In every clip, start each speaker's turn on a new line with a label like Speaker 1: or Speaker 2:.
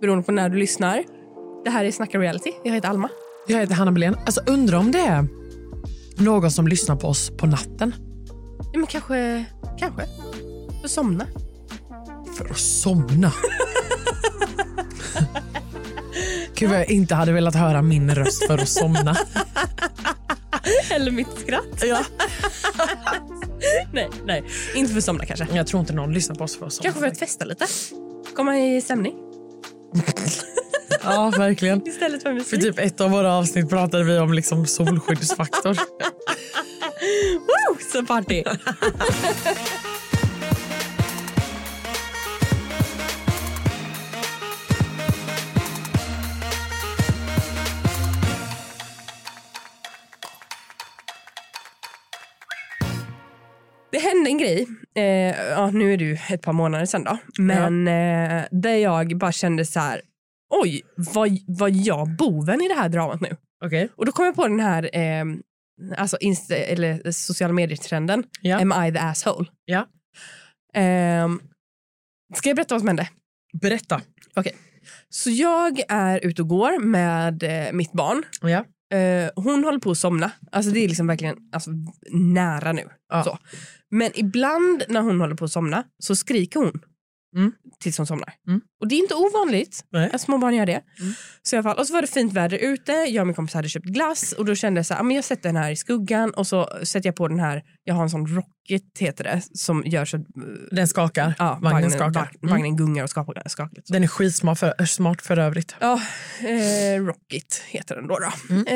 Speaker 1: beroende på när du lyssnar. Det här är Snacka reality. Jag heter Alma.
Speaker 2: Jag heter Hanna Belén. Alltså undrar om det är någon som lyssnar på oss på natten
Speaker 1: Ja, men kanske, kanske. För somna.
Speaker 2: för att somna. Gud vad jag inte hade velat höra min röst för att somna.
Speaker 1: Eller mitt skratt.
Speaker 2: Ja.
Speaker 1: nej, nej. Inte för somna kanske.
Speaker 2: Jag tror inte någon lyssnar på oss för att somna.
Speaker 1: Kanske för att festa lite. Komma i stämning
Speaker 2: Ja, verkligen.
Speaker 1: istället för
Speaker 2: För
Speaker 1: musik.
Speaker 2: typ ett av våra avsnitt pratade vi om liksom solskyddsfaktor.
Speaker 1: Woo! Så party! Det hände en grej, eh, ja, nu är du ett par månader sedan då, men eh, där jag bara kände så här, oj, vad, vad jag boven i det här dramat nu?
Speaker 2: Okej.
Speaker 1: Och då kom jag på den här eh, alltså insta, eller sociala medier-trenden.
Speaker 2: Ja.
Speaker 1: Am I the asshole?
Speaker 2: Ja.
Speaker 1: Ehm, ska jag berätta vad som hände?
Speaker 2: Berätta.
Speaker 1: Så jag är ute och går med eh, mitt barn.
Speaker 2: Ja.
Speaker 1: Eh, hon håller på att somna. Alltså det är liksom verkligen alltså, nära nu.
Speaker 2: Ja.
Speaker 1: Så. Men ibland när hon håller på att somna så skriker hon
Speaker 2: Mm.
Speaker 1: tills hon somnar.
Speaker 2: Mm.
Speaker 1: Och det är inte ovanligt
Speaker 2: Nej.
Speaker 1: att små barn gör det.
Speaker 2: Mm.
Speaker 1: Så i alla fall, och så var det fint väder ute, jag och min kompis hade köpt glass och då kände jag så här, "Ah, men jag sätter den här i skuggan och så sätter jag på den här, jag har en sån rocket heter det, som gör så att eh,
Speaker 2: Den skakar.
Speaker 1: ja,
Speaker 2: Vagnen
Speaker 1: vagnen,
Speaker 2: skakar. Mm.
Speaker 1: vagnen, vagnen gungar och skakar. skakar
Speaker 2: Den är skitsmart för, smart för övrigt.
Speaker 1: Ja, eh, Rocket heter den då. då.
Speaker 2: Mm.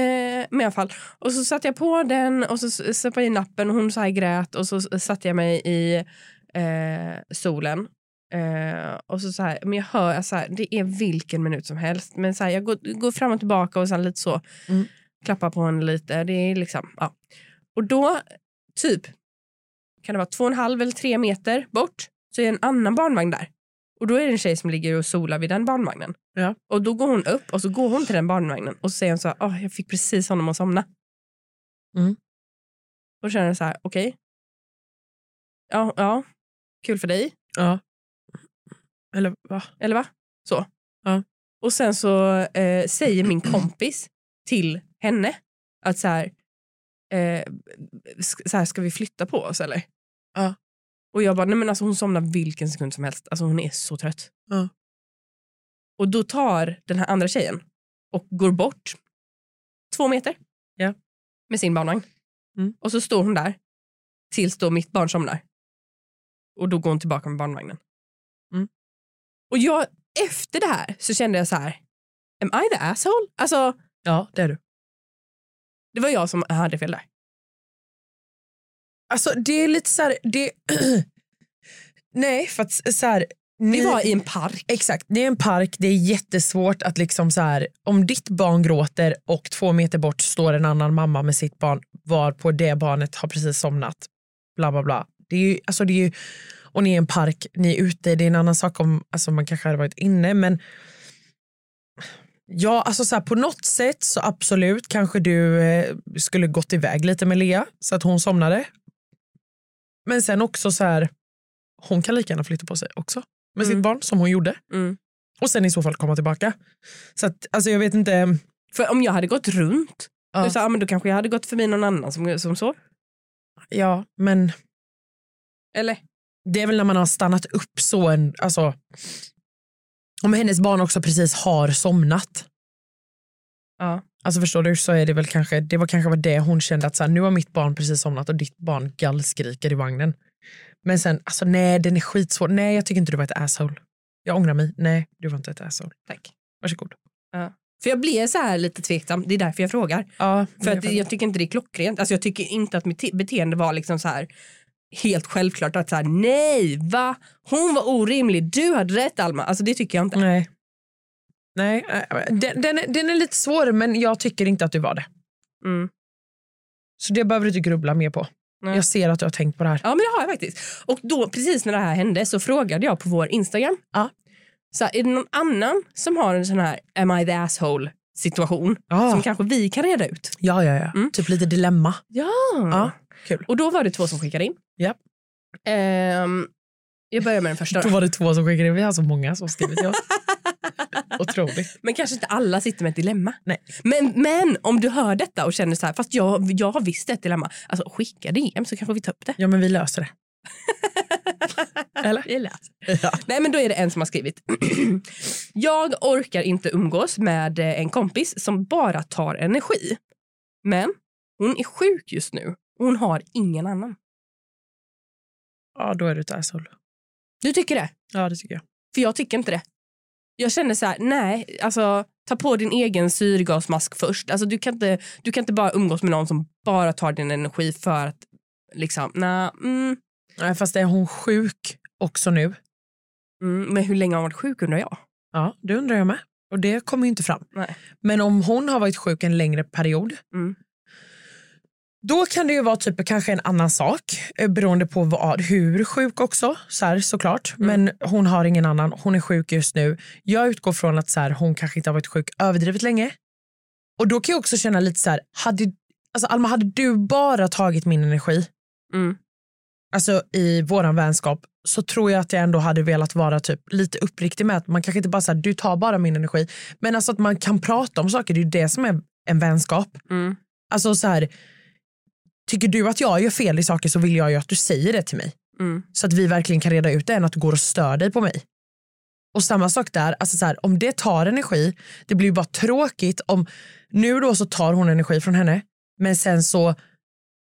Speaker 1: Eh, men i alla fall. Och så satte jag på den och så s- stoppade jag i nappen och hon så här grät och så s- satte jag mig i eh, solen. Eh, och så, så här, men jag hör, alltså, här, det är vilken minut som helst. Men så här, jag går, går fram och tillbaka och sen lite så
Speaker 2: Mm.
Speaker 1: klappar på henne lite. Det är liksom, ja. Och då, typ, kan det vara två och en halv eller tre meter bort så är en annan barnvagn där. Och då är det en tjej som ligger och solar vid den barnvagnen.
Speaker 2: Ja.
Speaker 1: Och då går hon upp och så går hon till den barnvagnen och så säger hon så här, "Åh, jag fick precis honom att somna.
Speaker 2: Mm.
Speaker 1: Och känner jag så här, okej. Ja, ja, kul för dig.
Speaker 2: Ja. Eller va?
Speaker 1: Eller va? Så.
Speaker 2: Ja.
Speaker 1: Och sen så eh, säger min kompis till henne att så här, eh, sk- så här, ska vi flytta på oss eller?
Speaker 2: Ja.
Speaker 1: Och jag bara, nej men alltså hon somnar vilken sekund som helst. Alltså hon är så trött.
Speaker 2: Ja.
Speaker 1: Och då tar den här andra tjejen och går bort två meter
Speaker 2: Ja.
Speaker 1: med sin barnvagn.
Speaker 2: Mm.
Speaker 1: Och så står hon där tills då mitt barn somnar. Och då går hon tillbaka med barnvagnen.
Speaker 2: Mm.
Speaker 1: Och jag, efter det här så kände jag så här, am I the asshole? Alltså,
Speaker 2: Ja, det är du.
Speaker 1: det var jag som hade fel där.
Speaker 2: Alltså det är lite så här, det... Nej, för att så här, ni,
Speaker 1: Vi var i en park.
Speaker 2: Exakt, det är en park, det är jättesvårt att liksom så här, om ditt barn gråter och två meter bort står en annan mamma med sitt barn varpå det barnet har precis somnat. Bla bla bla. Det är ju, alltså det är ju, och ni är i en park, ni är ute, det är en annan sak om alltså man kanske hade varit inne men Ja, alltså så här, på något sätt så absolut kanske du eh, skulle gått iväg lite med Lea så att hon somnade. Men sen också så här, hon kan lika gärna flytta på sig också med
Speaker 1: Mm.
Speaker 2: sitt barn som hon gjorde.
Speaker 1: Mm.
Speaker 2: Och sen i så fall komma tillbaka. Så att, alltså jag vet inte.
Speaker 1: För om jag hade gått runt,
Speaker 2: Ja.
Speaker 1: då, sa, ja, men då kanske jag hade gått förbi någon annan som, som sov.
Speaker 2: Ja, men
Speaker 1: Eller?
Speaker 2: det är väl när man har stannat upp så en, alltså. Om hennes barn också precis har somnat.
Speaker 1: Ja.
Speaker 2: Alltså förstår du så är det väl kanske, det var kanske var det hon kände att så här, nu har mitt barn precis somnat och ditt barn gallskriker i vagnen. Men sen, alltså nej den är skitsvår. Nej jag tycker inte du var ett asshole. Jag ångrar mig. Nej du var inte ett asshole.
Speaker 1: Tack.
Speaker 2: Varsågod.
Speaker 1: För jag blev så här lite tveksam, det är därför jag frågar.
Speaker 2: Ja,
Speaker 1: För att jag tycker inte det är klockrent. Alltså jag tycker inte att mitt te- beteende var liksom så här helt självklart att så här,
Speaker 2: Mm.
Speaker 1: nej, va? Hon var orimlig, du hade rätt Alma. Alltså det tycker jag inte.
Speaker 2: Nej. Nej, eh, den, den, är- den är lite svår men jag tycker inte att du var det.
Speaker 1: Mm.
Speaker 2: Så det behöver du inte grubbla mer på.
Speaker 1: Nej.
Speaker 2: Jag ser att du har tänkt på det här.
Speaker 1: Ja, men det har jag faktiskt. Och då, precis när det här hände så frågade jag på vår Instagram.
Speaker 2: Ja.
Speaker 1: Så här, är det någon annan som har en sån här am I the asshole situation
Speaker 2: Ja.
Speaker 1: som kanske vi kan reda ut?
Speaker 2: Ah. Ja, ja, ja.
Speaker 1: Mm.
Speaker 2: Typ lite dilemma.
Speaker 1: Ja.
Speaker 2: Ja, Ah, kul.
Speaker 1: Och då var det två som skickade in.
Speaker 2: Ja.
Speaker 1: Ehm, jag börjar med den första.
Speaker 2: Då var det två som skickade in. Vi har så många som har skrivit till oss. Otroligt.
Speaker 1: Men kanske inte alla sitter med ett dilemma.
Speaker 2: Nej.
Speaker 1: Men, men om du hör detta och känner så här, fast jag, jag har visst ett dilemma. Alltså skicka DM så kanske vi tar upp det.
Speaker 2: Ja, men vi löser det. Eller?
Speaker 1: Jag lät.
Speaker 2: Ja.
Speaker 1: Nej men då är det en som har skrivit. jag orkar inte umgås med eh, en kompis som bara tar energi. Men hon är sjuk just nu och hon har ingen annan.
Speaker 2: ja, då är du ett asshole.
Speaker 1: Du tycker det?
Speaker 2: Ja, det tycker jag.
Speaker 1: För jag tycker inte det. Jag känner så här, nej, alltså ta på din egen syrgasmask först. Alltså du kan inte, du kan inte bara umgås med någon som bara tar din energi för att liksom, nej, mm,
Speaker 2: Nej, fast är hon sjuk också nu?
Speaker 1: mm, men hur länge har hon varit sjuk undrar jag?
Speaker 2: Ja, det undrar jag med. Och det kommer ju inte fram.
Speaker 1: Nej.
Speaker 2: Men om hon har varit sjuk en längre period
Speaker 1: Mm.
Speaker 2: då kan det ju vara typ kanske en annan sak eh, beroende på vad, hur sjuk också så här, såklart.
Speaker 1: Mm.
Speaker 2: Men hon har ingen annan, hon är sjuk just nu. Jag utgår från att så här, hon kanske inte har varit sjuk överdrivet länge. Och då kan jag också känna lite så här, hade, alltså Alma hade du bara tagit min energi
Speaker 1: Mm.
Speaker 2: alltså, i våran vänskap så tror jag att jag ändå hade velat vara typ lite uppriktig med att man kanske inte bara säger du tar bara min energi. Men alltså att man kan prata om saker, det är ju det som är en vänskap.
Speaker 1: Mm.
Speaker 2: Alltså så här, tycker du att jag gör fel i saker så vill jag ju att du säger det till mig.
Speaker 1: Mm.
Speaker 2: Så att vi verkligen kan reda ut det än att du går och stör dig på mig. Och samma sak där, alltså så här, om det tar energi, det blir ju bara tråkigt om nu då så tar hon energi från henne men sen så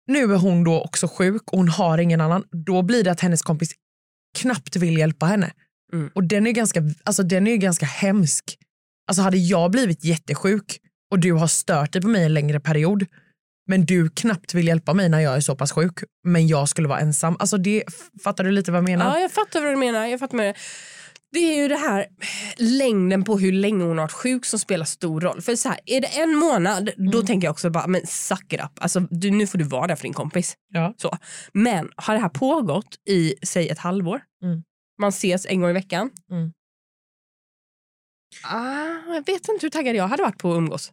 Speaker 2: nu är hon då också sjuk och hon har ingen annan. Då blir det att hennes kompis knappt vill hjälpa henne.
Speaker 1: Mm.
Speaker 2: Och den är ju ganska, alltså den är ju ganska hemsk. Alltså hade jag blivit jättesjuk och du har stört dig på mig en längre period men du knappt vill hjälpa mig när jag är så pass sjuk men jag skulle vara ensam. Alltså det, fattar du lite vad jag menar?
Speaker 1: Ja, jag fattar vad du menar. Jag fattar med det. det är ju det här längden på hur länge hon har varit sjuk som spelar stor roll. För så här, är det en månad, då tänker jag också bara, men suck it up. Alltså, du, nu får du vara där för din kompis.
Speaker 2: Ja.
Speaker 1: Så. Men har det här pågått i, säg ett halvår,
Speaker 2: Mm.
Speaker 1: man ses en gång i veckan.
Speaker 2: Mm.
Speaker 1: Ah, jag vet inte hur taggad jag hade varit på att umgås.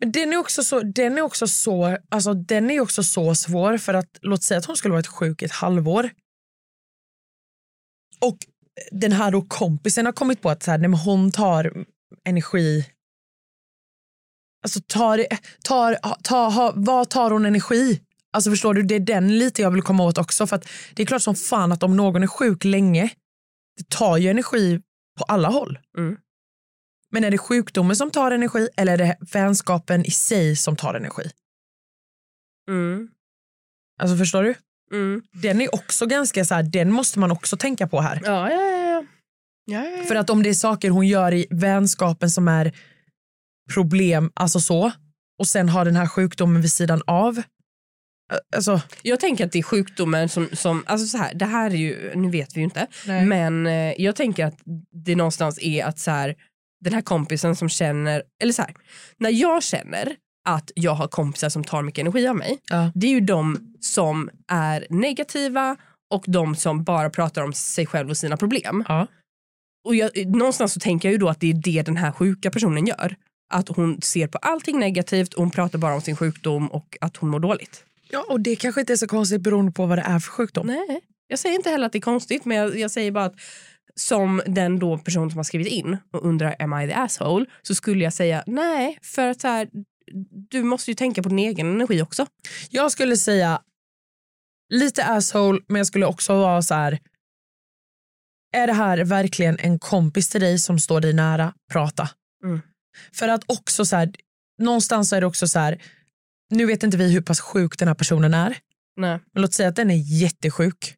Speaker 2: Men den är också så, den är också så, alltså den är också så svår för att låt säga att hon skulle varit sjuk ett halvår. Och den här då kompisen har kommit på att så här, nej men hon tar energi Alltså tar, tar, tar, ha, vad tar hon energi? Alltså förstår du, det är den lite jag vill komma åt också. För att det är klart som fan att om någon är sjuk länge, det tar ju energi på alla håll.
Speaker 1: Mm.
Speaker 2: Men är det sjukdomen som tar energi eller är det vänskapen i sig som tar energi?
Speaker 1: Mm.
Speaker 2: Alltså förstår du?
Speaker 1: Mm.
Speaker 2: Den är också ganska så här, den måste man också tänka på här.
Speaker 1: Ja, ja, ja, ja. ja, ja, ja.
Speaker 2: För att om det är saker hon gör i vänskapen som är problem, alltså så, och sen har den här sjukdomen vid sidan av. Alltså,
Speaker 1: Jag tänker att det är sjukdomen som, som alltså så här, det här är ju, nu vet vi ju inte,
Speaker 2: Nej.
Speaker 1: men eh, jag tänker att det någonstans är att så här, den här kompisen som känner, eller så här, när jag känner att jag har kompisar som tar mycket energi av mig,
Speaker 2: Ja.
Speaker 1: det är ju de som är negativa och de som bara pratar om sig själv och sina problem.
Speaker 2: Ja.
Speaker 1: Och jag, någonstans så tänker jag ju då att det är det den här sjuka personen gör. Att hon ser på allting negativt och hon pratar bara om sin sjukdom och att hon mår dåligt.
Speaker 2: Ja, och det kanske inte är så konstigt beroende på vad det är för sjukdom.
Speaker 1: Nej, jag säger inte heller att det är konstigt men jag, jag säger bara att som den då person som har skrivit in och undrar am I the asshole så skulle jag säga nej för att så här, du måste ju tänka på din egen energi också.
Speaker 2: Jag skulle säga lite asshole, men jag skulle också vara så här. Är det här verkligen en kompis till dig som står dig nära? Prata.
Speaker 1: Mm.
Speaker 2: För att också så här, någonstans så är det också så här. Nu vet inte vi hur pass sjuk den här personen är,
Speaker 1: Nej.
Speaker 2: men låt säga att den är jättesjuk.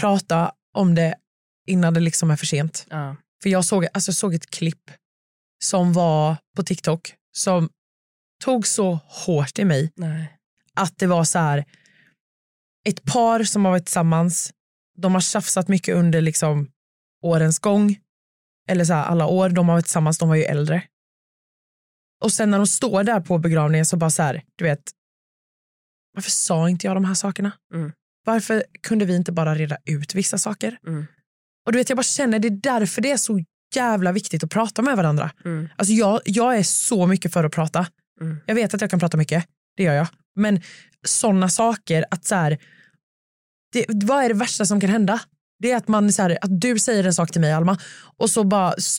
Speaker 2: Prata om det innan det liksom är för sent.
Speaker 1: Ja.
Speaker 2: För jag såg, alltså jag såg ett klipp som var på TikTok som tog så hårt i mig
Speaker 1: Nej.
Speaker 2: att det var så här ett par som har varit tillsammans, de har tjafsat mycket under liksom årens gång eller så här, alla år de har varit tillsammans, de var ju äldre. Och sen när de står där på begravningen så bara så här, du vet, varför sa inte jag de här sakerna?
Speaker 1: Mm.
Speaker 2: Varför kunde vi inte bara reda ut vissa saker?
Speaker 1: Mm.
Speaker 2: Och du vet, jag bara känner det är därför det är så jävla viktigt att prata med varandra.
Speaker 1: Mm.
Speaker 2: Alltså jag, jag är så mycket för att prata.
Speaker 1: Mm.
Speaker 2: Jag vet att jag kan prata mycket, det gör jag. Men sådana saker, att så här, det, vad är det värsta som kan hända? Det är att, man, så här, att du säger en sak till mig Alma och så bara s-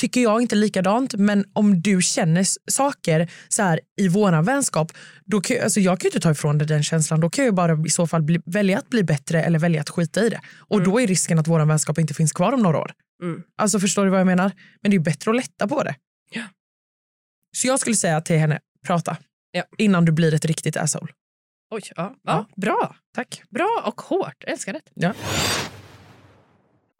Speaker 2: tycker jag inte likadant men om du känner s- saker så här, i våran vänskap då kan, jag- alltså, jag kan ju inte ta ifrån dig den känslan. Då kan jag ju bara i så fall bli, välja att bli bättre eller välja att skita i det. Och då är risken att våran vänskap inte finns kvar om några år.
Speaker 1: Mm.
Speaker 2: Alltså förstår du vad jag menar? Men det är ju bättre att lätta på det.
Speaker 1: Ja.
Speaker 2: Så jag skulle säga till henne, prata.
Speaker 1: Ja.
Speaker 2: Innan du blir ett riktigt asshole.
Speaker 1: Oj, ja, ja. Bra. Tack. Bra och hårt. Jag älskar det.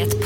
Speaker 3: Ett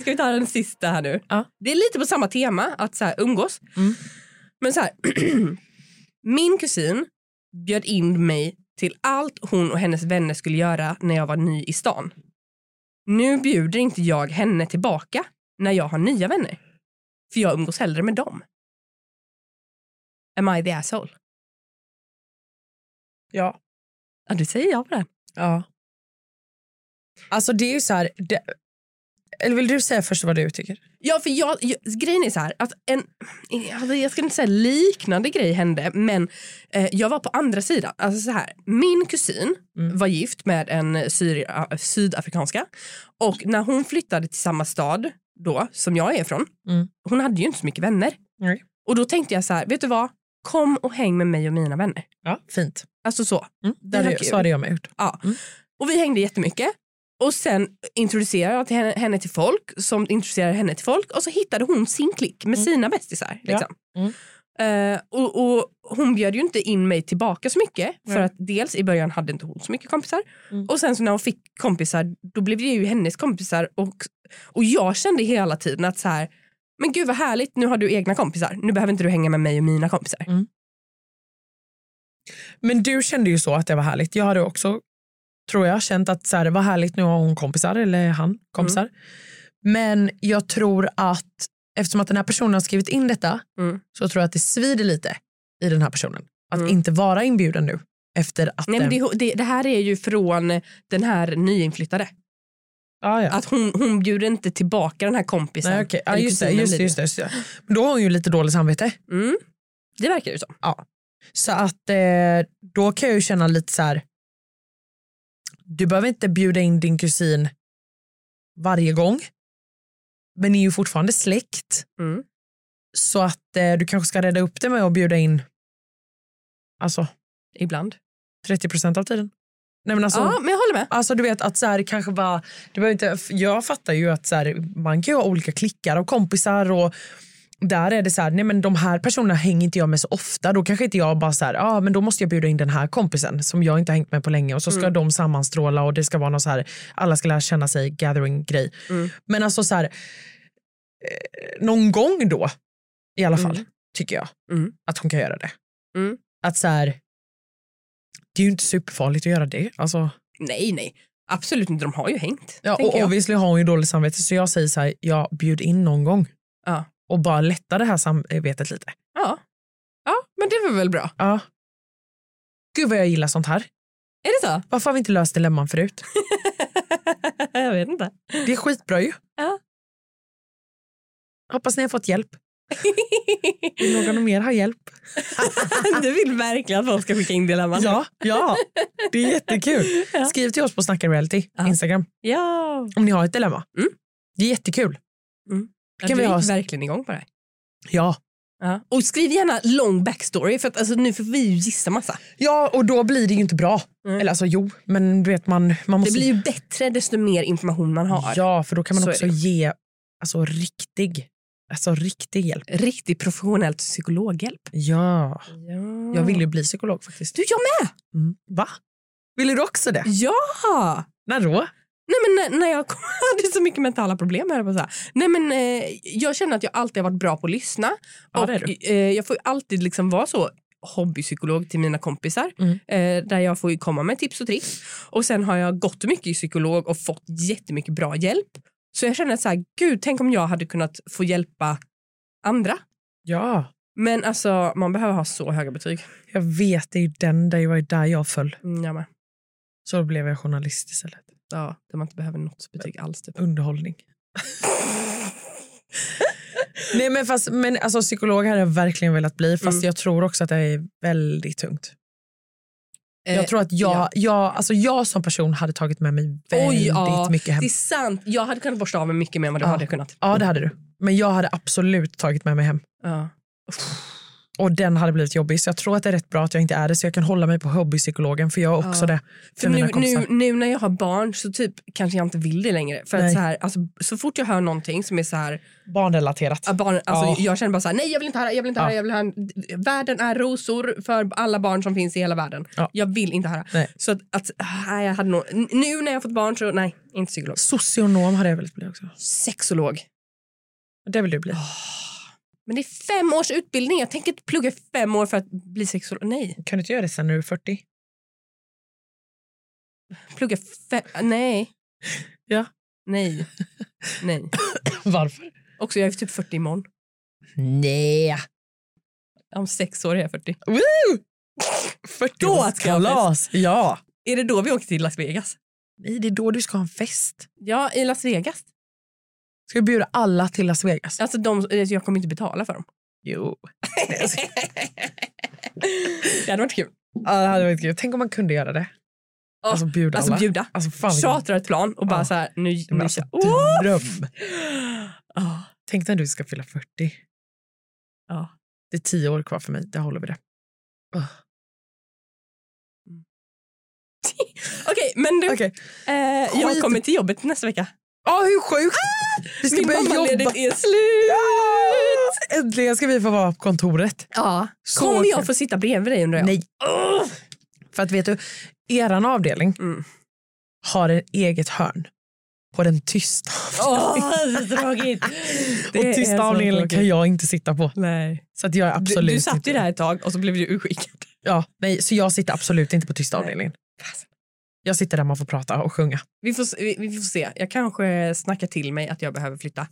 Speaker 1: Ska vi ta den sista här nu?
Speaker 2: Ja. Mm.
Speaker 1: Det är lite på samma tema, att så här, umgås. Men så här, min kusin bjöd in mig till allt hon och hennes vänner skulle göra när jag var ny i stan. Nu bjuder inte jag henne tillbaka när jag har nya vänner. För jag umgås hellre med dem. Am I the asshole?
Speaker 2: Ja.
Speaker 1: Ja, du säger ja på den.
Speaker 2: ja. Alltså det är ju så här... Det, eller vill du säga först vad du tycker?
Speaker 1: Ja, för jag, jag, grejen är så här att en, alltså jag ska inte säga liknande grej hände, men eh, jag var på andra sidan. Alltså så här, min kusin
Speaker 2: Mm.
Speaker 1: var gift med en syria, sydafrikanska och när hon flyttade till samma stad då som jag är ifrån,
Speaker 2: Mm.
Speaker 1: hon hade ju inte så mycket vänner.
Speaker 2: Nej.
Speaker 1: Och då tänkte jag så här, vet du vad? Kom och häng med mig och mina vänner.
Speaker 2: Ja. Fint.
Speaker 1: Alltså så.
Speaker 2: Mm.
Speaker 1: var
Speaker 2: Där är,
Speaker 1: kul.
Speaker 2: så hade jag med gjort.
Speaker 1: Ja.
Speaker 2: Mm.
Speaker 1: Och vi hängde jättemycket. Och sen introducerade jag till henne, henne till folk som introducerade henne till folk och så hittade hon sin klick med sina bästisar.
Speaker 2: Mm. Ja.
Speaker 1: Liksom.
Speaker 2: Mm.
Speaker 1: Eh, och, och hon bjöd ju inte in mig tillbaka så mycket för
Speaker 2: Nej.
Speaker 1: att dels i början hade inte hon så mycket kompisar
Speaker 2: Mm.
Speaker 1: och sen så när hon fick kompisar då blev det ju hennes kompisar och, och jag kände hela tiden att så här men gud vad härligt nu har du egna kompisar nu behöver inte du hänga med mig och mina kompisar.
Speaker 2: Men du kände ju så att det var härligt. Jag hade också, tror jag, känt att så här, det var härligt nu har hon kompisar, eller han kompisar.
Speaker 1: Mm.
Speaker 2: Men jag tror att eftersom att den här personen har skrivit in detta
Speaker 1: Mm.
Speaker 2: så tror jag att det svider lite i den här personen. Att
Speaker 1: Mm.
Speaker 2: inte vara inbjuden nu efter att
Speaker 1: Nej, men
Speaker 2: den-
Speaker 1: det, det, det här är ju från den här nyinflyttade.
Speaker 2: ja, ja.
Speaker 1: Att hon, hon bjuder inte tillbaka den här kompisen.
Speaker 2: Nej, okej. ja,
Speaker 1: Eller
Speaker 2: just, det,
Speaker 1: kusinen
Speaker 2: just,
Speaker 1: blir
Speaker 2: det, just, det, just det. Men då har hon ju lite dåligt samvete.
Speaker 1: Mm. Det verkar ju så.
Speaker 2: Så att eh, då kan jag ju känna lite så här. Du behöver inte bjuda in din kusin varje gång. Men ni är ju fortfarande släkt.
Speaker 1: Mm.
Speaker 2: Så att eh, du kanske ska rädda upp det med att bjuda in alltså
Speaker 1: Ibland.
Speaker 2: 30 procent av tiden. Nej, men alltså,
Speaker 1: Ja, men jag håller med.
Speaker 2: Alltså du vet att så här, kanske bara, du behöver inte, jag fattar ju att så här, man kan ju ha olika klickar av kompisar och där är det så här, nej men de här personerna hänger inte jag med så ofta. Då kanske inte jag bara så här, ja ah, men då måste jag bjuda in den här kompisen som jag inte har hängt med på länge och så ska de sammanstråla och det ska vara någon så här, alla ska lära känna sig gathering grej. Men alltså så här, eh, någon gång då i alla fall tycker jag
Speaker 1: Mm.
Speaker 2: att hon kan göra det.
Speaker 1: Mm.
Speaker 2: Att så här, det är ju inte superfarligt att göra det. Alltså,
Speaker 1: Nej, nej. Absolut inte. De har ju hängt.
Speaker 2: Ja,
Speaker 1: tänker
Speaker 2: och
Speaker 1: jag.
Speaker 2: obviously har hon ju dåligt samvete så jag säger så här, jag bjud in någon gång
Speaker 1: Ja.
Speaker 2: och bara lätta det här samvetet lite.
Speaker 1: Ja. ja, men det var väl bra.
Speaker 2: Ja. Gud vad jag gillar sånt här.
Speaker 1: Är det så?
Speaker 2: Varför har vi inte löst dilemman förut?
Speaker 1: jag vet inte.
Speaker 2: Det är skitbra ju.
Speaker 1: Ja.
Speaker 2: Hoppas ni har fått hjälp. Vill någon mer ha hjälp?
Speaker 1: Du vill verkligen att folk ska skicka in dilemman.
Speaker 2: Ja, ja, det är jättekul. Skriv till oss på Snacka Reality, Instagram,
Speaker 1: ja.
Speaker 2: om ni har ett dilemma.
Speaker 1: Mm.
Speaker 2: Det är jättekul.
Speaker 1: Ja,
Speaker 2: Kan
Speaker 1: du
Speaker 2: vi ha-
Speaker 1: gick verkligen igång på det. här.
Speaker 2: Ja.
Speaker 1: Ja. Och skriv gärna lång backstory för att, alltså, nu får vi ju gissa massa.
Speaker 2: ja, och då blir det ju inte bra.
Speaker 1: Mm.
Speaker 2: Eller alltså jo, men du vet man, man
Speaker 1: Det
Speaker 2: måste...
Speaker 1: blir ju bättre desto mer information man har.
Speaker 2: Ja, för då kan man
Speaker 1: Så är
Speaker 2: också
Speaker 1: det.
Speaker 2: ge alltså, riktig, alltså, riktig hjälp.
Speaker 1: Riktigt professionellt psykologhjälp.
Speaker 2: Ja.
Speaker 1: Ja.
Speaker 2: Jag vill ju bli psykolog faktiskt.
Speaker 1: Du, jag med! Mm.
Speaker 2: Mm. Va? Ville du också det?
Speaker 1: Ja!
Speaker 2: När då?
Speaker 1: Nej, men när, när jag kom, hade så mycket mentala problem. Här, på så här. Nej, men, eh, jag känner att jag alltid har varit bra på att lyssna.
Speaker 2: Ja,
Speaker 1: och,
Speaker 2: det är
Speaker 1: eh, jag får ju alltid liksom vara så hobbypsykolog till mina kompisar
Speaker 2: Mm.
Speaker 1: eh, där jag får ju komma med tips och tricks. Och Sen har jag gått mycket i psykolog och fått jättemycket bra hjälp. Så jag känner att så här, gud, tänk om jag hade kunnat få hjälpa andra.
Speaker 2: Ja.
Speaker 1: Men alltså, man behöver ha så höga betyg.
Speaker 2: Jag vet, det är ju den där jag, var där jag föll.
Speaker 1: Mm, jag med.
Speaker 2: Så då blev jag journalist istället.
Speaker 1: Ja, där man inte behöver något betyg alls. Typ.
Speaker 2: Underhållning. Nej men fast, men alltså psykolog hade jag verkligen velat bli fast
Speaker 1: Mm.
Speaker 2: jag tror också att det är väldigt tungt.
Speaker 1: Eh,
Speaker 2: jag tror att jag,
Speaker 1: ja.
Speaker 2: jag, alltså jag som person hade tagit med mig väldigt
Speaker 1: ja,
Speaker 2: mycket hem.
Speaker 1: Det är sant. Jag hade kunnat borsta av mig mycket mer än vad du
Speaker 2: Ja.
Speaker 1: hade kunnat.
Speaker 2: Ja det hade du. Men jag hade absolut tagit med mig hem.
Speaker 1: Ja.
Speaker 2: Och den hade blivit jobbig så jag tror att det är rätt bra att jag inte är det så jag kan hålla mig på hobbypsykologen för jag är också
Speaker 1: Ja.
Speaker 2: det.
Speaker 1: För
Speaker 2: mina
Speaker 1: nu,
Speaker 2: kompisar.
Speaker 1: nu, nu när jag har barn så typ kanske jag inte vill det längre. För att
Speaker 2: Nej.
Speaker 1: så, här, alltså, så fort jag hör någonting som är så här,
Speaker 2: Barnrelaterat.
Speaker 1: ah, barn, alltså,
Speaker 2: Ja.
Speaker 1: jag känner bara så här, nej jag vill inte höra, det, jag vill inte höra, det,
Speaker 2: Ja.
Speaker 1: jag vill höra. det. Världen är rosor för alla barn som finns i hela världen.
Speaker 2: Ja.
Speaker 1: Jag vill inte höra.
Speaker 2: Nej.
Speaker 1: Så att, att nej, jag hade nog, n- nu när jag har fått barn så nej, inte psykolog.
Speaker 2: Socionom hade jag velat bli också.
Speaker 1: Sexolog.
Speaker 2: Det vill du bli.
Speaker 1: Ah. Men det är fem års utbildning, jag tänker inte plugga i fem år för att bli sexolog. Nej,
Speaker 2: Kan du inte göra det sen när du är 40?
Speaker 1: plugga fem, nej.
Speaker 2: Ja.
Speaker 1: Nej. Nej.
Speaker 2: Varför?
Speaker 1: Också, jag är typ 40 imorgon.
Speaker 2: Nej.
Speaker 1: Om sex år är jag 40.
Speaker 2: Woo! 40
Speaker 1: Då ska jag ha
Speaker 2: Ja.
Speaker 1: Är det då vi åker till Las Vegas?
Speaker 2: Nej, det är då du ska ha en fest.
Speaker 1: Ja, i Las Vegas.
Speaker 2: Ska vi bjuda alla till Las Vegas?
Speaker 1: Alltså, de, jag kommer inte betala för dem.
Speaker 2: Jo.
Speaker 1: Det hade varit kul.
Speaker 2: Ja, det hade varit kul. Tänk om man kunde göra det.
Speaker 1: Ja,
Speaker 2: Alltså bjuda
Speaker 1: Alltså
Speaker 2: alla.
Speaker 1: bjuda.
Speaker 2: Alltså fan vilken-
Speaker 1: Chartra ett plan och bara
Speaker 2: Ja.
Speaker 1: så här... Nu, nu
Speaker 2: Men alltså,
Speaker 1: Åh!
Speaker 2: dröm.
Speaker 1: Ja.
Speaker 2: Tänk när du ska fylla 40.
Speaker 1: Ja.
Speaker 2: Det är tio år kvar för mig. Där håller vi det.
Speaker 1: Okej, men du.
Speaker 2: Okej.
Speaker 1: Eh, jag
Speaker 2: Skit.
Speaker 1: kommer till jobbet nästa vecka.
Speaker 2: Ja, hur sjukt! Vi
Speaker 1: Ah!
Speaker 2: ska
Speaker 1: Min
Speaker 2: börja jobba.
Speaker 1: mammaledigt är slut.
Speaker 2: Ja! Äntligen ska vi få vara på kontoret.
Speaker 1: Ja.
Speaker 2: Så
Speaker 1: Kommer jag
Speaker 2: kul.
Speaker 1: få sitta bredvid dig undrar jag?
Speaker 2: Nej. För att vet du, eran avdelning
Speaker 1: Mm.
Speaker 2: har ett eget hörn på den tysta
Speaker 1: Åh, så tråkigt.
Speaker 2: Och
Speaker 1: är
Speaker 2: tysta
Speaker 1: så
Speaker 2: avdelningen
Speaker 1: tråkigt.
Speaker 2: kan jag inte sitta på.
Speaker 1: Nej.
Speaker 2: Så att jag är
Speaker 1: Du,
Speaker 2: absolut
Speaker 1: du satt
Speaker 2: inte-
Speaker 1: ju där ett tag och så blev du urskickad.
Speaker 2: Ja, nej, så jag sitter absolut inte på tysta
Speaker 1: Nej.
Speaker 2: avdelningen. Jag sitter där man får prata och sjunga.
Speaker 1: Vi får, s- vi, vi får se. Jag kanske snackar till mig att jag behöver flytta.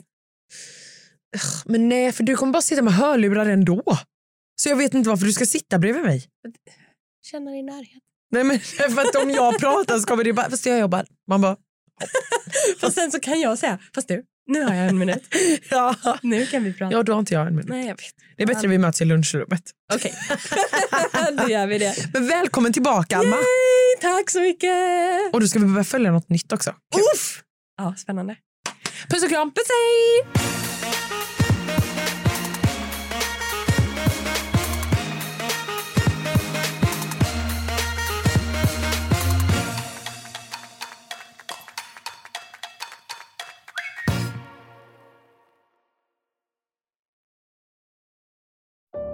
Speaker 2: Men nej, för du kommer bara sitta med hörlurar ändå. Så jag vet inte varför du ska sitta bredvid mig.
Speaker 1: Känna dig i närheten.
Speaker 2: Nej, men för att om jag pratar så kommer det bara, fast jag jobbar. Man bara,
Speaker 1: Fast sen så kan jag säga, fast du, nu har jag en minut.
Speaker 2: ja.
Speaker 1: Nu kan vi prata.
Speaker 2: Ja, då har inte jag en minut.
Speaker 1: Nej, jag vet.
Speaker 2: Det är bättre vi möts i lunchrummet.
Speaker 1: Okej, då gör vi det.
Speaker 2: Men välkommen tillbaka, Alma.
Speaker 1: Yay, tack så mycket!
Speaker 2: Och då ska vi börja följa något nytt också.
Speaker 1: Uff! Ja, spännande. Puss och kram. Puss hej!